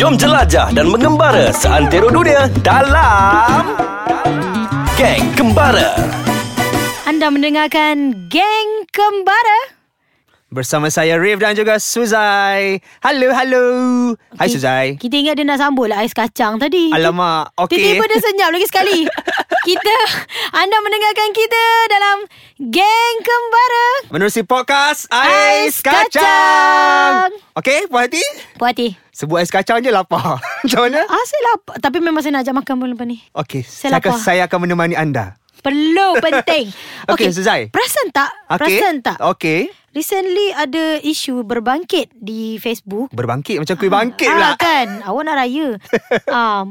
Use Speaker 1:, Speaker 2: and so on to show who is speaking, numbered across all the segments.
Speaker 1: Jom jelajah dan mengembara seantero dunia dalam Geng Kembara.
Speaker 2: Anda mendengarkan Geng Kembara.
Speaker 3: Bersama saya Rif dan juga Suzai Hello, hello Hai
Speaker 2: Ki-
Speaker 3: Suzai
Speaker 2: Kita ingat dia nak sambut lah ais kacang tadi.
Speaker 3: Alamak, okey
Speaker 2: Tiba-tiba dia senyap lagi sekali. kita, anda mendengarkan kita dalam Geng Kembara.
Speaker 3: Menerusi podcast
Speaker 2: Ais
Speaker 3: Ais Kacang,
Speaker 2: Kacang.
Speaker 3: Okey, puas hati?
Speaker 2: Puan Hati.
Speaker 3: Sebut ais kacang je lapar Macam mana?
Speaker 2: Ah, saya lapar. Tapi memang saya nak ajak makan pun lepas ni.
Speaker 3: Okey,
Speaker 2: Saya
Speaker 3: saya, akan,
Speaker 2: lapar.
Speaker 3: saya akan menemani anda
Speaker 2: Perlu, penting.
Speaker 3: Okey,
Speaker 2: Okey,
Speaker 3: Suzai.
Speaker 2: Perasan tak?
Speaker 3: Okey?
Speaker 2: Perasan tak?
Speaker 3: Okey
Speaker 2: Recently ada isu berbangkit di Facebook.
Speaker 3: Berbangkit macam kuih bangkit lah.
Speaker 2: ah,
Speaker 3: pula
Speaker 2: kan Awak nak raya um,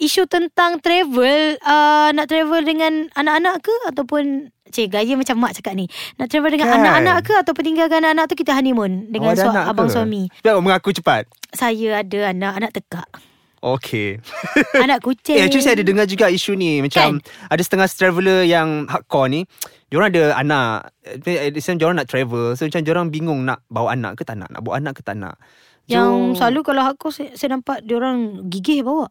Speaker 2: Isu tentang travel uh, Nak travel dengan anak-anak ke Ataupun Cik gaya macam mak cakap ni Nak travel dengan
Speaker 3: Kan.
Speaker 2: anak-anak ke Ataupun tinggalkan anak-anak tu Kita honeymoon Dengan
Speaker 3: Awak ada
Speaker 2: su-
Speaker 3: anak ke?
Speaker 2: abang suami
Speaker 3: Sebab awak mengaku cepat
Speaker 2: Saya ada anak Anak tekak
Speaker 3: Okey
Speaker 2: Anak kucing
Speaker 3: Eh, actually saya ada dengar juga isu ni Macam
Speaker 2: Kan?
Speaker 3: ada setengah traveller yang hardcore ni Diorang ada anak Eh, At the same diorang nak travel So macam diorang bingung nak bawa anak ke tak nak Nak bawa anak ke tak nak
Speaker 2: Yang
Speaker 3: So,
Speaker 2: selalu kalau aku Saya, saya nampak diorang gigih bawa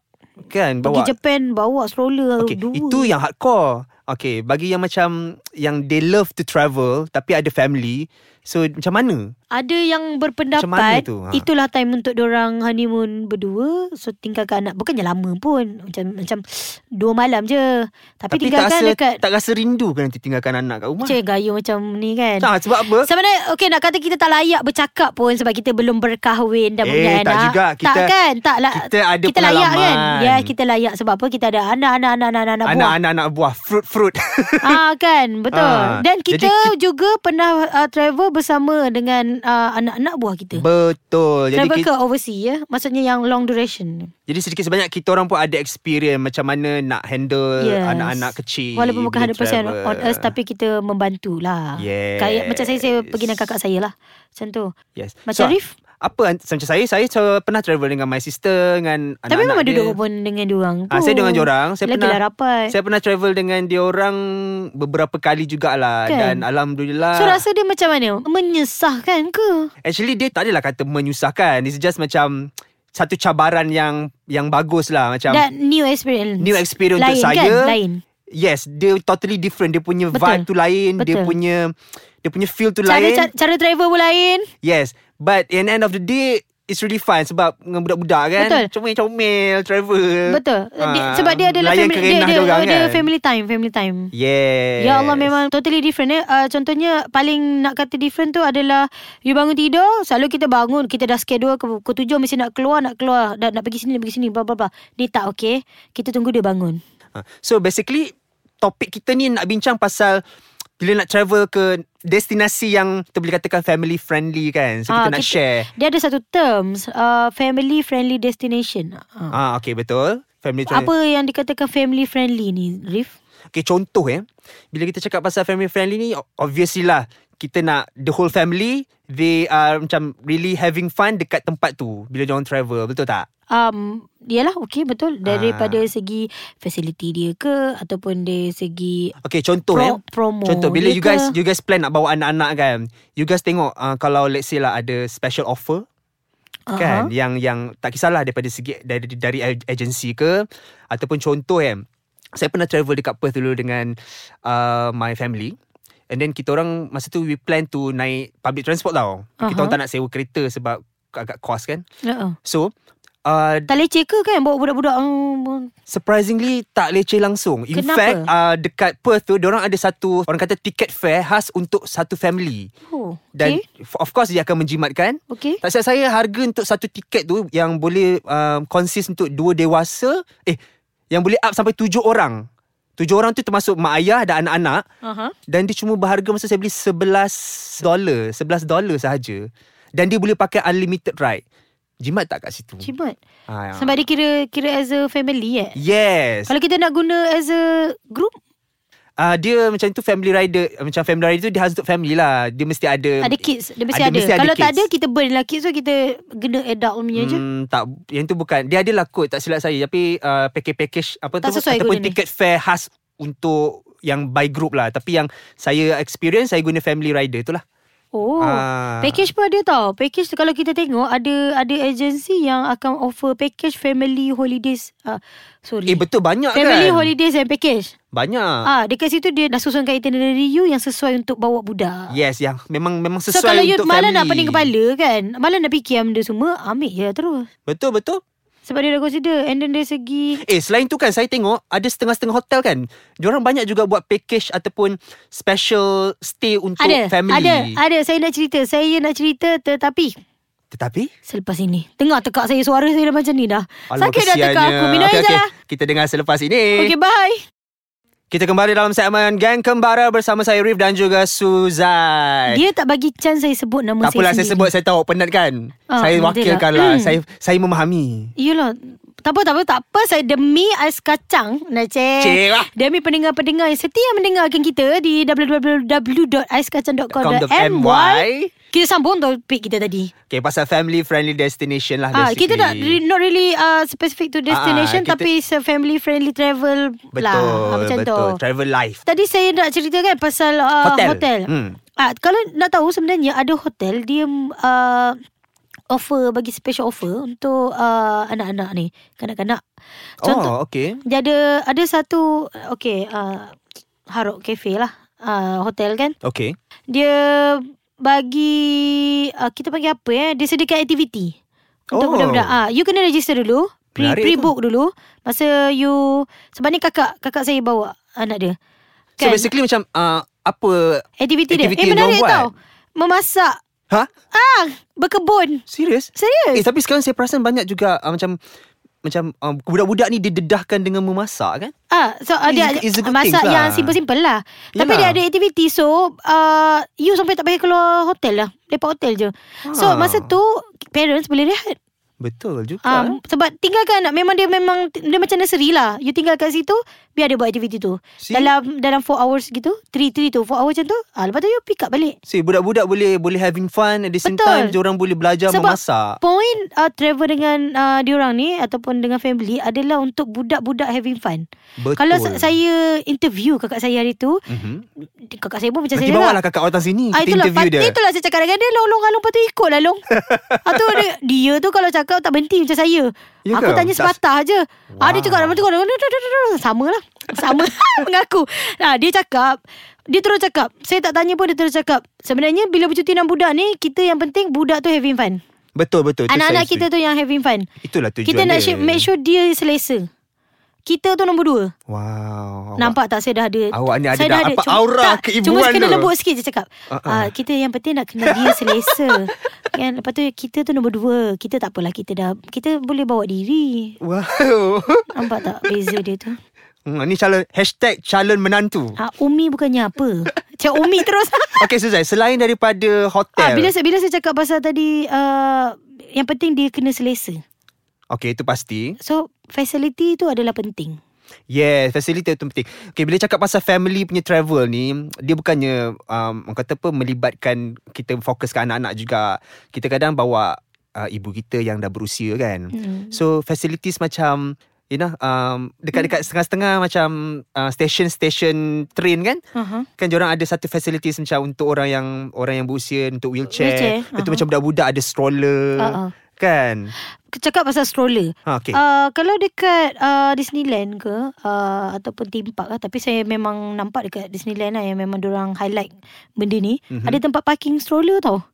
Speaker 3: Kan
Speaker 2: Pergi
Speaker 3: bawa
Speaker 2: Japan Bawa stroller
Speaker 3: okay,
Speaker 2: dua.
Speaker 3: Itu yang hardcore Okay bagi yang macam Yang they love to travel Tapi ada family So macam mana
Speaker 2: Ada yang
Speaker 3: Macam mana
Speaker 2: berpendapat
Speaker 3: tu? Ha.
Speaker 2: Itulah time untuk orang honeymoon berdua So tinggalkan anak Bukannya lama pun Macam macam Dua malam je Tapi,
Speaker 3: Tapi tak
Speaker 2: tinggalkan
Speaker 3: rasa
Speaker 2: dekat
Speaker 3: Tak rasa rindu ke nanti tinggalkan anak kat rumah
Speaker 2: Cik gaya macam ni kan
Speaker 3: nah, Sebab apa
Speaker 2: Sebenarnya okay nak kata kita tak layak bercakap pun Sebab kita belum berkahwin dan
Speaker 3: Eh,
Speaker 2: punya
Speaker 3: tak
Speaker 2: anak
Speaker 3: juga.
Speaker 2: Tak
Speaker 3: Kita-
Speaker 2: kan tak la-
Speaker 3: kita ada
Speaker 2: kita layak kan
Speaker 3: pengalaman.
Speaker 2: Ya kita layak Sebab apa kita ada anak Anak anak anak anak, anak buah
Speaker 3: Anak-anak anak buah Fruit-fruit
Speaker 2: Ah kan betul
Speaker 3: Ah,
Speaker 2: Dan kita
Speaker 3: jadi
Speaker 2: juga pernah uh, travel bersama dengan uh, anak-anak buah kita
Speaker 3: Betul Jadi
Speaker 2: Travel
Speaker 3: kita-
Speaker 2: ke overseas ya Maksudnya yang long duration
Speaker 3: Jadi sedikit sebanyak kita orang pun ada experience macam mana nak handle
Speaker 2: Yes.
Speaker 3: anak-anak kecil.
Speaker 2: Walaupun bukan
Speaker 3: bila
Speaker 2: 100%
Speaker 3: travel.
Speaker 2: on us Tapi kita membantulah
Speaker 3: Yes.
Speaker 2: Kayak macam saya Saya pergi dengan kakak saya lah Macam tu
Speaker 3: yes.
Speaker 2: Macam Arif
Speaker 3: apa macam saya saya so, pernah travel dengan my sister dengan anak-anak
Speaker 2: Tapi memang
Speaker 3: dia.
Speaker 2: duduk pun dengan diorang
Speaker 3: Ah, saya dengan diorang. Saya
Speaker 2: Lagilah
Speaker 3: pernah-
Speaker 2: rapat
Speaker 3: Saya pernah travel dengan dia orang beberapa kali jugalah
Speaker 2: Kan?
Speaker 3: dan alhamdulillah.
Speaker 2: So rasa dia macam mana Menyesahkan ke
Speaker 3: Actually dia tak adalah kata menyusahkan. It's just macam satu cabaran yang yang bagus lah macam
Speaker 2: Dan new experience
Speaker 3: New experience
Speaker 2: Lain
Speaker 3: untuk saya.
Speaker 2: kan Lain
Speaker 3: yes dia totally different dia punya
Speaker 2: Betul.
Speaker 3: vibe tu lain dia
Speaker 2: Betul.
Speaker 3: punya dia punya feel tu
Speaker 2: cara,
Speaker 3: lain
Speaker 2: cara, cara travel pun lain
Speaker 3: Yes But in end of the day It's really fun Sebab dengan budak-budak kan
Speaker 2: Betul.
Speaker 3: Comel-comel Travel
Speaker 2: Betul dia,
Speaker 3: Ah,
Speaker 2: Sebab dia adalah
Speaker 3: Layan
Speaker 2: family, dia,
Speaker 3: kerenah
Speaker 2: dia,
Speaker 3: dorang,
Speaker 2: dia
Speaker 3: kan?
Speaker 2: family time Family time
Speaker 3: Yes
Speaker 2: Ya Allah memang totally different eh. Uh, contohnya paling nak kata different tu adalah you bangun tidur, selalu kita bangun, kita dah schedule ke pukul 7 mesti nak keluar, nak keluar, dah, nak pergi sini, nak pergi sini, bla bla bla. Dia tak okey. Kita tunggu dia bangun.
Speaker 3: Ha. So basically Topik kita ni nak bincang pasal bila nak travel ke destinasi yang kita boleh katakan family friendly kan so
Speaker 2: Ah,
Speaker 3: kita nak share
Speaker 2: Dia ada satu terms, uh, family friendly destination. Uh.
Speaker 3: ah okay betul family travel
Speaker 2: Apa yang dikatakan family friendly ni, Rif?
Speaker 3: Okay contoh eh Bila kita cakap pasal family friendly ni o- Obviously lah Kita nak The whole family They are macam Really having fun Dekat tempat tu Bila diorang travel Betul tak?
Speaker 2: Um, Yalah okey betul Daripada
Speaker 3: Ah.
Speaker 2: segi Facility dia ke Ataupun dari segi
Speaker 3: Okay contoh
Speaker 2: Pro-
Speaker 3: eh
Speaker 2: promo
Speaker 3: Contoh bila
Speaker 2: dia
Speaker 3: you guys
Speaker 2: ke?
Speaker 3: You guys plan nak bawa anak-anak kan You guys tengok uh, Kalau let's say lah Ada special offer
Speaker 2: Aha.
Speaker 3: Kan Yang yang Tak kisahlah Daripada segi Dari, dari ag- agensi ke Ataupun contoh kan Saya pernah travel dekat Perth dulu Dengan uh, My family And then kita orang Masa tu we plan to Naik public transport tau Kita
Speaker 2: Aha.
Speaker 3: orang tak nak sewa kereta Sebab agak cost kan
Speaker 2: uh-uh.
Speaker 3: So uh,
Speaker 2: Tak leceh ke kan Bawa budak-budak um,
Speaker 3: Surprisingly tak leceh langsung In
Speaker 2: Kenapa?
Speaker 3: fact uh, Dekat Perth tu Diorang ada satu Orang kata tiket fare Khas untuk satu family
Speaker 2: Oh,
Speaker 3: Dan okay. of course dia akan menjimatkan
Speaker 2: okay. okay.
Speaker 3: Tak silap saya harga untuk satu tiket tu Yang boleh um, Consist untuk dua dewasa Eh Yang boleh up sampai tujuh orang Tujuh orang tu termasuk Mak ayah dan anak-anak
Speaker 2: Uh-huh.
Speaker 3: Dan dia cuma berharga Masa saya beli 11 dolar 11 dolar sahaja Dan dia boleh pakai unlimited ride Jimat tak kat situ?
Speaker 2: Cibat.
Speaker 3: Ha, ya.
Speaker 2: Sampai dia kira kira as a family eh.
Speaker 3: Yes
Speaker 2: Kalau kita nak guna as a group,
Speaker 3: Ah uh, dia macam tu family rider macam family rider tu dia khas untuk family lah. Dia mesti ada
Speaker 2: ada kids, dia mesti ada.
Speaker 3: mesti
Speaker 2: Kalau tak
Speaker 3: kids.
Speaker 2: ada kita burn lah kids tu kita guna adult punya Ya je.
Speaker 3: Hmm, tak yang tu bukan. Dia adalah kod tak silap saya tapi uh, package package apa
Speaker 2: Tak
Speaker 3: tu
Speaker 2: sesuai
Speaker 3: ataupun
Speaker 2: guna ni.
Speaker 3: tiket fare khas untuk yang by group lah tapi yang saya experience saya guna family rider tu lah
Speaker 2: Oh.
Speaker 3: Ah.
Speaker 2: Package pun ada tau. Package tu kalau kita tengok ada ada agensi yang akan offer package family holidays. Ah, sorry.
Speaker 3: Eh betul banyak
Speaker 2: family
Speaker 3: kan
Speaker 2: holidays and package.
Speaker 3: Banyak
Speaker 2: Ah, dekat situ dia dah susunkan itinerary you yang sesuai untuk bawa budak.
Speaker 3: Yes yang memang memang sesuai
Speaker 2: So kalau you
Speaker 3: untuk
Speaker 2: malah
Speaker 3: family.
Speaker 2: nak pening kepala kan, malah nak fikir yang benda semua, ambil je terus.
Speaker 3: Betul betul.
Speaker 2: Sebab dia dah consider and then dari segi
Speaker 3: Eh selain tu kan saya tengok ada setengah-setengah hotel kan. Diorang banyak juga buat package ataupun special stay untuk
Speaker 2: ada,
Speaker 3: family.
Speaker 2: ada, ada. Saya nak cerita, saya nak cerita tetapi
Speaker 3: Tetapi
Speaker 2: selepas ini. Tengah tekak saya suara saya dah macam ni dah.
Speaker 3: Alamak,
Speaker 2: Sakit dah tekak
Speaker 3: kesiannya.
Speaker 2: aku. Minum
Speaker 3: okay,
Speaker 2: air je
Speaker 3: okay.
Speaker 2: lah.
Speaker 3: Kita dengar selepas ini.
Speaker 2: Okay, bye.
Speaker 3: Kita kembali dalam segmen Gang Kembara bersama saya Rif dan juga Suzai.
Speaker 2: Dia tak bagi chance saya sebut nama
Speaker 3: Eh. tak
Speaker 2: saya
Speaker 3: apalah saya
Speaker 2: sendiri.
Speaker 3: sebut saya tahu penat kan.
Speaker 2: Ah,
Speaker 3: saya
Speaker 2: betul
Speaker 3: wakilkan
Speaker 2: lah.
Speaker 3: lah.
Speaker 2: Hmm.
Speaker 3: Saya saya memahami.
Speaker 2: Yelah tak apa, tak apa, tak apa. Saya demi ais kacang. Nah, cik.
Speaker 3: Cik lah.
Speaker 2: Demi pendengar-pendengar yang setia mendengarkan kita di www.aiskacang.com.my. Kita sambung topik kita tadi.
Speaker 3: Okay, pasal family friendly destination lah
Speaker 2: Ah,
Speaker 3: basically.
Speaker 2: kita tak re- not really uh, specific to destination
Speaker 3: Ah, kita-
Speaker 2: tapi it's a family friendly travel
Speaker 3: Betul,
Speaker 2: lah. Ah, macam
Speaker 3: betul.
Speaker 2: tu.
Speaker 3: Travel life.
Speaker 2: Tadi saya nak cerita kan pasal uh, hotel.
Speaker 3: Hotel.
Speaker 2: hotel.
Speaker 3: Hmm.
Speaker 2: Hmm. Ah, kalau nak tahu sebenarnya ada hotel dia uh, offer bagi special offer untuk uh, anak-anak ni, kanak-kanak. Contoh
Speaker 3: oh, okay.
Speaker 2: dia ada ada satu okey uh, Harok Cafe lah. Uh, hotel kan
Speaker 3: Okay.
Speaker 2: Dia Bagi uh, Kita panggil apa eh Dia sediakan aktiviti Untuk
Speaker 3: Oh.
Speaker 2: budak-budak ah, You kena register dulu pre,
Speaker 3: Menarik
Speaker 2: Pre-book dulu Masa you Sebab ni kakak Kakak saya bawa Anak dia Kan?
Speaker 3: So basically macam uh, apa?
Speaker 2: Aktiviti dia Eh
Speaker 3: Aktiviti yang
Speaker 2: menarik
Speaker 3: diorang buat.
Speaker 2: tau Memasak
Speaker 3: Ha?
Speaker 2: Ah, Berkebun
Speaker 3: Serius?
Speaker 2: Serius
Speaker 3: Eh tapi sekarang saya perasan banyak juga uh, macam macam uh, budak-budak ni didedahkan dengan memasak kan?
Speaker 2: Ah, so uh,
Speaker 3: It's
Speaker 2: dia
Speaker 3: a- it's a good
Speaker 2: masak
Speaker 3: things lah.
Speaker 2: yang simple-simple lah. Tapi dia
Speaker 3: Yalah.
Speaker 2: ada aktiviti so uh, you sampai tak payah keluar hotel lah. Lepak hotel je. So
Speaker 3: Ah.
Speaker 2: masa tu parents boleh rehat.
Speaker 3: Betul juga.
Speaker 2: Ah,
Speaker 3: Um,
Speaker 2: sebab tinggalkan anak memang dia memang dia macam nursery lah. You tinggal kat situ biar dia buat aktiviti tu.
Speaker 3: See?
Speaker 2: Dalam dalam 4 hours gitu, 3 3 to 4 hours macam tu. Ah, lepas tu you pick up balik.
Speaker 3: So budak-budak boleh boleh having fun at the same
Speaker 2: Betul.
Speaker 3: time orang boleh belajar
Speaker 2: Sebab
Speaker 3: memasak.
Speaker 2: point uh, travel dengan uh, diorang ni ataupun dengan family adalah untuk budak-budak having fun.
Speaker 3: Betul.
Speaker 2: Kalau sa- saya interview kakak saya hari tu,
Speaker 3: Mhm.
Speaker 2: kakak saya pun macam
Speaker 3: Nanti
Speaker 2: saya lah.
Speaker 3: bawalah kakak otak sini
Speaker 2: Ah,
Speaker 3: Hmm, kita
Speaker 2: itulah,
Speaker 3: interview
Speaker 2: Fat-
Speaker 3: dia.
Speaker 2: Itulah saya cakap dengan dia Long long long Lepas tu ikut lah long ah, tu dia, dia tu kalau cakap Tak berhenti macam saya
Speaker 3: Ya
Speaker 2: Aku
Speaker 3: ke?
Speaker 2: tanya
Speaker 3: Tak-
Speaker 2: sepatah je wow. ah, Dia
Speaker 3: Wow.
Speaker 2: cakap Lepas tu kau- Sama lah Sama Mengaku nah, Dia cakap Dia terus cakap Saya tak tanya pun Dia terus cakap Sebenarnya bila bercuti dengan budak ni Kita yang penting Budak tu having fun
Speaker 3: Betul betul. Itu
Speaker 2: Anak-anak
Speaker 3: saya
Speaker 2: kita
Speaker 3: setuju.
Speaker 2: tu yang having fun
Speaker 3: Itulah tujuan
Speaker 2: Kita nak
Speaker 3: dia.
Speaker 2: sure, make sure dia selesa kita tu nombor dua
Speaker 3: Wow.
Speaker 2: Nampak tak saya dah ada
Speaker 3: Awak ni ada
Speaker 2: saya
Speaker 3: dah apa aura
Speaker 2: tak, Cuma
Speaker 3: keibuan
Speaker 2: kena
Speaker 3: tu.
Speaker 2: lembut sikit je cakap
Speaker 3: Ah,
Speaker 2: uh,
Speaker 3: ah.
Speaker 2: Kita yang penting nak kena dia selesa kan? Lepas tu kita tu nombor dua Kita tak apalah Kita dah Kita boleh bawa diri
Speaker 3: Wow.
Speaker 2: Nampak tak beza dia tu
Speaker 3: Hmm, ni calon hashtag calon menantu.
Speaker 2: uh, Umi bukannya apa Cakap Umi terus
Speaker 3: Okay Suzai, selain daripada hotel.
Speaker 2: Ah, bila, saya- bila saya cakap pasal tadi uh, Yang penting dia kena selesa
Speaker 3: Okay, itu pasti.
Speaker 2: So facility tu adalah penting
Speaker 3: Yes, facility itu penting. Okay, bila cakap pasal family punya travel ni, dia bukannya um, orang kata apa melibatkan kita fokus ke anak-anak juga. Kita kadang bawa uh, ibu kita yang dah berusia kan.
Speaker 2: Hmm.
Speaker 3: So facilities macam you know um, dekat-dekat setengah-setengah macam uh, station-station train kan
Speaker 2: uh-huh.
Speaker 3: kan orang ada satu facilities macam untuk orang yang orang yang berusia untuk
Speaker 2: Wheelchair, uh-huh.
Speaker 3: wheelchair. Betul
Speaker 2: aha.
Speaker 3: macam budak-budak ada stroller
Speaker 2: Ah, ah.
Speaker 3: kan.
Speaker 2: Cakap pasal stroller
Speaker 3: Ha okey.
Speaker 2: Uh, kalau dekat uh, Disneyland ke uh, ataupun theme park lah tapi saya memang nampak dekat Disneyland lah yang memang orang highlight benda ni
Speaker 3: Mhm.
Speaker 2: mm-hmm. ada tempat parking stroller tau.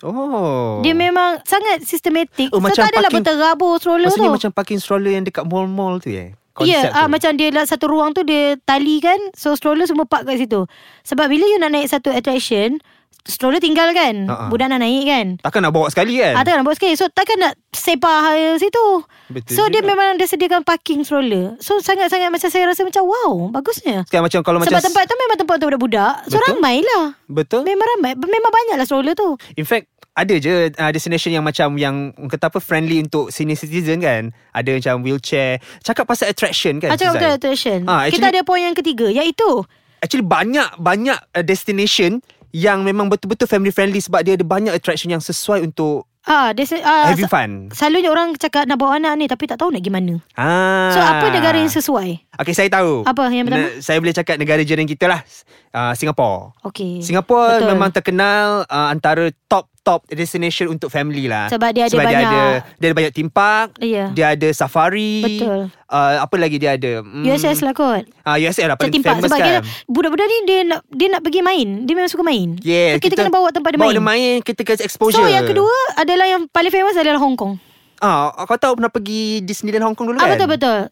Speaker 3: oh.
Speaker 2: Oh. Dia memang sangat sistematik. so
Speaker 3: Oh, macam
Speaker 2: tak adalah
Speaker 3: parking-
Speaker 2: lah berterabur stroller
Speaker 3: Maksudnya
Speaker 2: tu.
Speaker 3: macam parking stroller yang dekat mall-mall tu eh.
Speaker 2: Ya,
Speaker 3: Konsep
Speaker 2: yeah,
Speaker 3: tu.
Speaker 2: ah, macam dia lah, satu ruang tu dia tali kan. So stroller semua park kat situ. Sebab bila you nak naik satu attraction, stroller tinggal kan.
Speaker 3: Ha, ha.
Speaker 2: Budak nak naik kan.
Speaker 3: Takkan nak bawa sekali kan?
Speaker 2: Ah, takkan nak bawa sikit So takkan nak Sepah situ
Speaker 3: Betul
Speaker 2: So dia
Speaker 3: juga.
Speaker 2: memang Dia sediakan parking stroller So sangat-sangat Macam saya rasa macam Wow bagusnya
Speaker 3: Sekarang Kan macam kalau
Speaker 2: Sebab
Speaker 3: macam
Speaker 2: tempat tu memang tempat untuk budak-budak So
Speaker 3: Betul.
Speaker 2: ramai lah
Speaker 3: Betul
Speaker 2: Memang ramai Memang banyak lah stroller tu
Speaker 3: In fact ada je uh, destination yang macam yang orang kata apa friendly untuk senior citizen kan. Ada macam wheelchair. Cakap pasal attraction
Speaker 2: Ah,
Speaker 3: kan.
Speaker 2: Cakap
Speaker 3: Suzai?
Speaker 2: pasal attraction
Speaker 3: Ah,
Speaker 2: Kita
Speaker 3: actually-
Speaker 2: ada poin yang ketiga Iaitu
Speaker 3: Actually banyak banyak uh, destination yang memang betul-betul family friendly sebab dia ada banyak attraction yang sesuai untuk
Speaker 2: ah, dia, se- ah,
Speaker 3: having
Speaker 2: sa-
Speaker 3: fun.
Speaker 2: Selalunya orang cakap Nak bawa anak ni Tapi tak tahu nak pergi mana
Speaker 3: Ah.
Speaker 2: So apa negara yang sesuai
Speaker 3: Okay saya tahu
Speaker 2: Apa yang pertama?
Speaker 3: Ne- Saya boleh cakap negara jiran kita lah uh, Singapura
Speaker 2: Okey.
Speaker 3: Singapura
Speaker 2: Betul.
Speaker 3: memang terkenal uh, Antara top top destination untuk family lah
Speaker 2: Sebab dia ada
Speaker 3: dia ada,
Speaker 2: banyak-
Speaker 3: dia ada banyak theme park
Speaker 2: Ya.
Speaker 3: Dia ada safari
Speaker 2: Betul.
Speaker 3: uh, Apa lagi dia ada hmm,
Speaker 2: USS lah kot
Speaker 3: uh, USS lah
Speaker 2: Macam
Speaker 3: paling
Speaker 2: timpak
Speaker 3: famous
Speaker 2: Sebab
Speaker 3: kan
Speaker 2: kan. budak-budak ni Dia nak dia nak pergi main Dia memang suka main
Speaker 3: Yeah,
Speaker 2: so, kita, kena bawa tempat dia
Speaker 3: bawa
Speaker 2: main
Speaker 3: Bawa dia main Kita kasi exposure
Speaker 2: So yang kedua Adalah yang paling famous Adalah Hong Kong
Speaker 3: ah, Kau tahu pernah pergi Disneyland Hong Kong dulu
Speaker 2: Ah
Speaker 3: kan
Speaker 2: betul-betul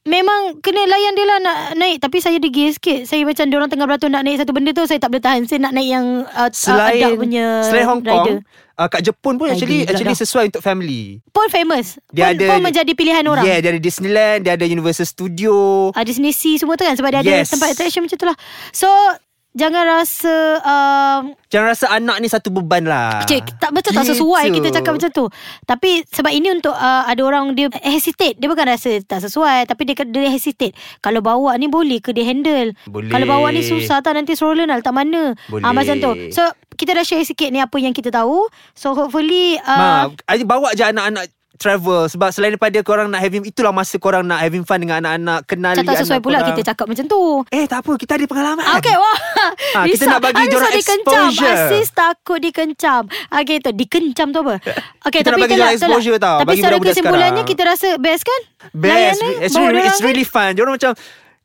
Speaker 2: Memang kena layan dia lah nak naik Tapi saya degil sikit Saya macam diorang tengah beratur nak naik satu benda tu Saya tak boleh tahan Saya nak naik yang uh,
Speaker 3: Selain
Speaker 2: Adak punya
Speaker 3: Selain Hong
Speaker 2: rider.
Speaker 3: Kong uh, Kat Jepun pun
Speaker 2: Rider
Speaker 3: actually
Speaker 2: pula
Speaker 3: Actually
Speaker 2: dah.
Speaker 3: sesuai untuk family
Speaker 2: Pun famous pun,
Speaker 3: Dia ada-
Speaker 2: pun menjadi pilihan orang
Speaker 3: Yeah dia ada Disneyland Dia ada Universal Studio
Speaker 2: Ada sini C semua tu kan Sebab dia
Speaker 3: Yes.
Speaker 2: ada tempat attraction macam tu lah So Jangan rasa um,
Speaker 3: Jangan rasa anak ni satu beban lah
Speaker 2: Cik, tak betul tak sesuai kita cakap macam tu. Tapi sebab ini untuk uh, ada orang dia hesitate. Dia bukan rasa tak sesuai tapi dia dia hesitate. Kalau bawa ni boleh ke dia handle?
Speaker 3: Boleh.
Speaker 2: Kalau bawa ni susah tak nanti stroller nak letak mana? Ah
Speaker 3: Boleh.
Speaker 2: macam tu. So kita dah share sikit ni apa yang kita tahu. So hopefully
Speaker 3: Ma,
Speaker 2: uh,
Speaker 3: adik bawa je anak-anak travel sebab selain daripada korang nak having itulah masa korang nak having fun dengan anak-anak kenali
Speaker 2: tak tak sesuai
Speaker 3: anak
Speaker 2: pula
Speaker 3: kan korang.
Speaker 2: kita cakap macam tu.
Speaker 3: Eh tak apa kita ada pengalaman.
Speaker 2: Ah, Okay wah
Speaker 3: Ah, kan? kita nak bagi
Speaker 2: Anis
Speaker 3: diorang
Speaker 2: tak dikencam.
Speaker 3: exposure.
Speaker 2: Asis takut dikencam Okay tu Dikencam tu apa Okay
Speaker 3: Kita nak
Speaker 2: tapi
Speaker 3: bagi
Speaker 2: itulah,
Speaker 3: diorang
Speaker 2: itulah.
Speaker 3: exposure tau,
Speaker 2: Tapi
Speaker 3: bagi
Speaker 2: secara
Speaker 3: budak-budak
Speaker 2: kesimpulannya
Speaker 3: sekarang.
Speaker 2: Kita rasa best kan
Speaker 3: Best.
Speaker 2: Layanan, bawa
Speaker 3: It's really,
Speaker 2: diorang
Speaker 3: it's
Speaker 2: kan?
Speaker 3: really fun. Diorang macam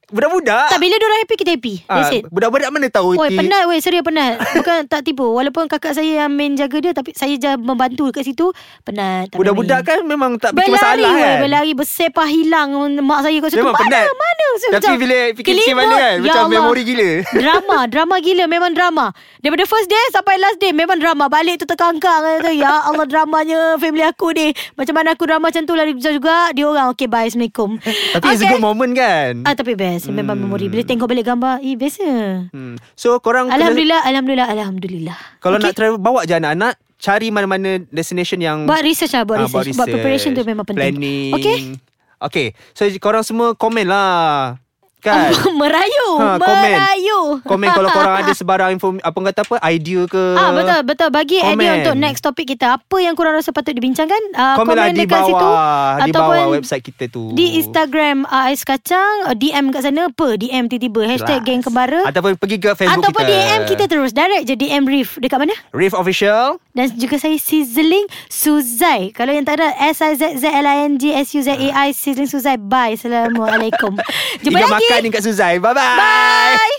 Speaker 3: budak-budak.
Speaker 2: Tak bila diorang happy Kita happy That's
Speaker 3: Ah,
Speaker 2: it
Speaker 3: budak-budak mana tahu
Speaker 2: Oi
Speaker 3: erti-
Speaker 2: penat weh Serius penat Bukan tak tipu Walaupun kakak saya Yang main jaga dia Tapi saya je membantu Dekat situ Penat tak
Speaker 3: Budak-budak
Speaker 2: main.
Speaker 3: kan memang tak bikin
Speaker 2: Berlari
Speaker 3: masalah
Speaker 2: weh
Speaker 3: kan.
Speaker 2: Berlari bersepah hilang Mak saya kat situ
Speaker 3: Memang
Speaker 2: Mana
Speaker 3: penat.
Speaker 2: mana So,
Speaker 3: Tapi
Speaker 2: macam
Speaker 3: bila fikir-fikir
Speaker 2: kelimut.
Speaker 3: balik
Speaker 2: Ya
Speaker 3: kan, macam
Speaker 2: Allah.
Speaker 3: memori gila.
Speaker 2: Drama Drama gila Memang drama Daripada first day Sampai last day Memang drama Balik tu terkangkang kata, Ya Allah dramanya Family aku ni Macam mana aku drama macam tu lah Dia juga Dia orang Okay bye Assalamualaikum
Speaker 3: Tapi it's a good moment Hmm. kan.
Speaker 2: Ah, tapi best Memang memori Bila tengok balik gambar Eh biasa
Speaker 3: Hmm. So korang kena-
Speaker 2: Alhamdulillah Alhamdulillah Alhamdulillah
Speaker 3: kalau nak travel bawa je anak-anak cari mana-mana destination yang
Speaker 2: Buat research lah Buat
Speaker 3: Ah,
Speaker 2: research, buat preparation tu memang penting
Speaker 3: Planning.
Speaker 2: Okay
Speaker 3: Okay. So korang semua komen lah. Kan?
Speaker 2: Merayu
Speaker 3: Ha, komen.
Speaker 2: Merayu
Speaker 3: komen kalau korang ada sebarang info apa kata apa idea ke.
Speaker 2: Ah betul betul bagi komen. idea
Speaker 3: Komen.
Speaker 2: untuk next topik kita apa yang korang rasa patut dibincangkan uh,
Speaker 3: Komen,
Speaker 2: komen,
Speaker 3: lah di
Speaker 2: dekat
Speaker 3: bawah
Speaker 2: situ
Speaker 3: di
Speaker 2: ataupun
Speaker 3: bawah website kita tu.
Speaker 2: di Instagram uh, ais kacang uh, DM kat sana apa DM tiba-tiba hashtag
Speaker 3: Kelas.
Speaker 2: geng kembara
Speaker 3: Lah. Ataupun pergi ke Facebook
Speaker 2: ataupun
Speaker 3: kita.
Speaker 2: DM kita terus direct je DM Reef dekat mana
Speaker 3: Reef Official.
Speaker 2: dan juga saya Sizzling Suzai. Kalau yang tak ada S-I-Z-Z-L-I-N-G-S-U-Z-A-I Sizzling Suzai. Bye. Assalamualaikum. Jumpa
Speaker 3: Ikan
Speaker 2: lagi.
Speaker 3: makan ni kat Suzai. Bye-bye.
Speaker 2: Bye.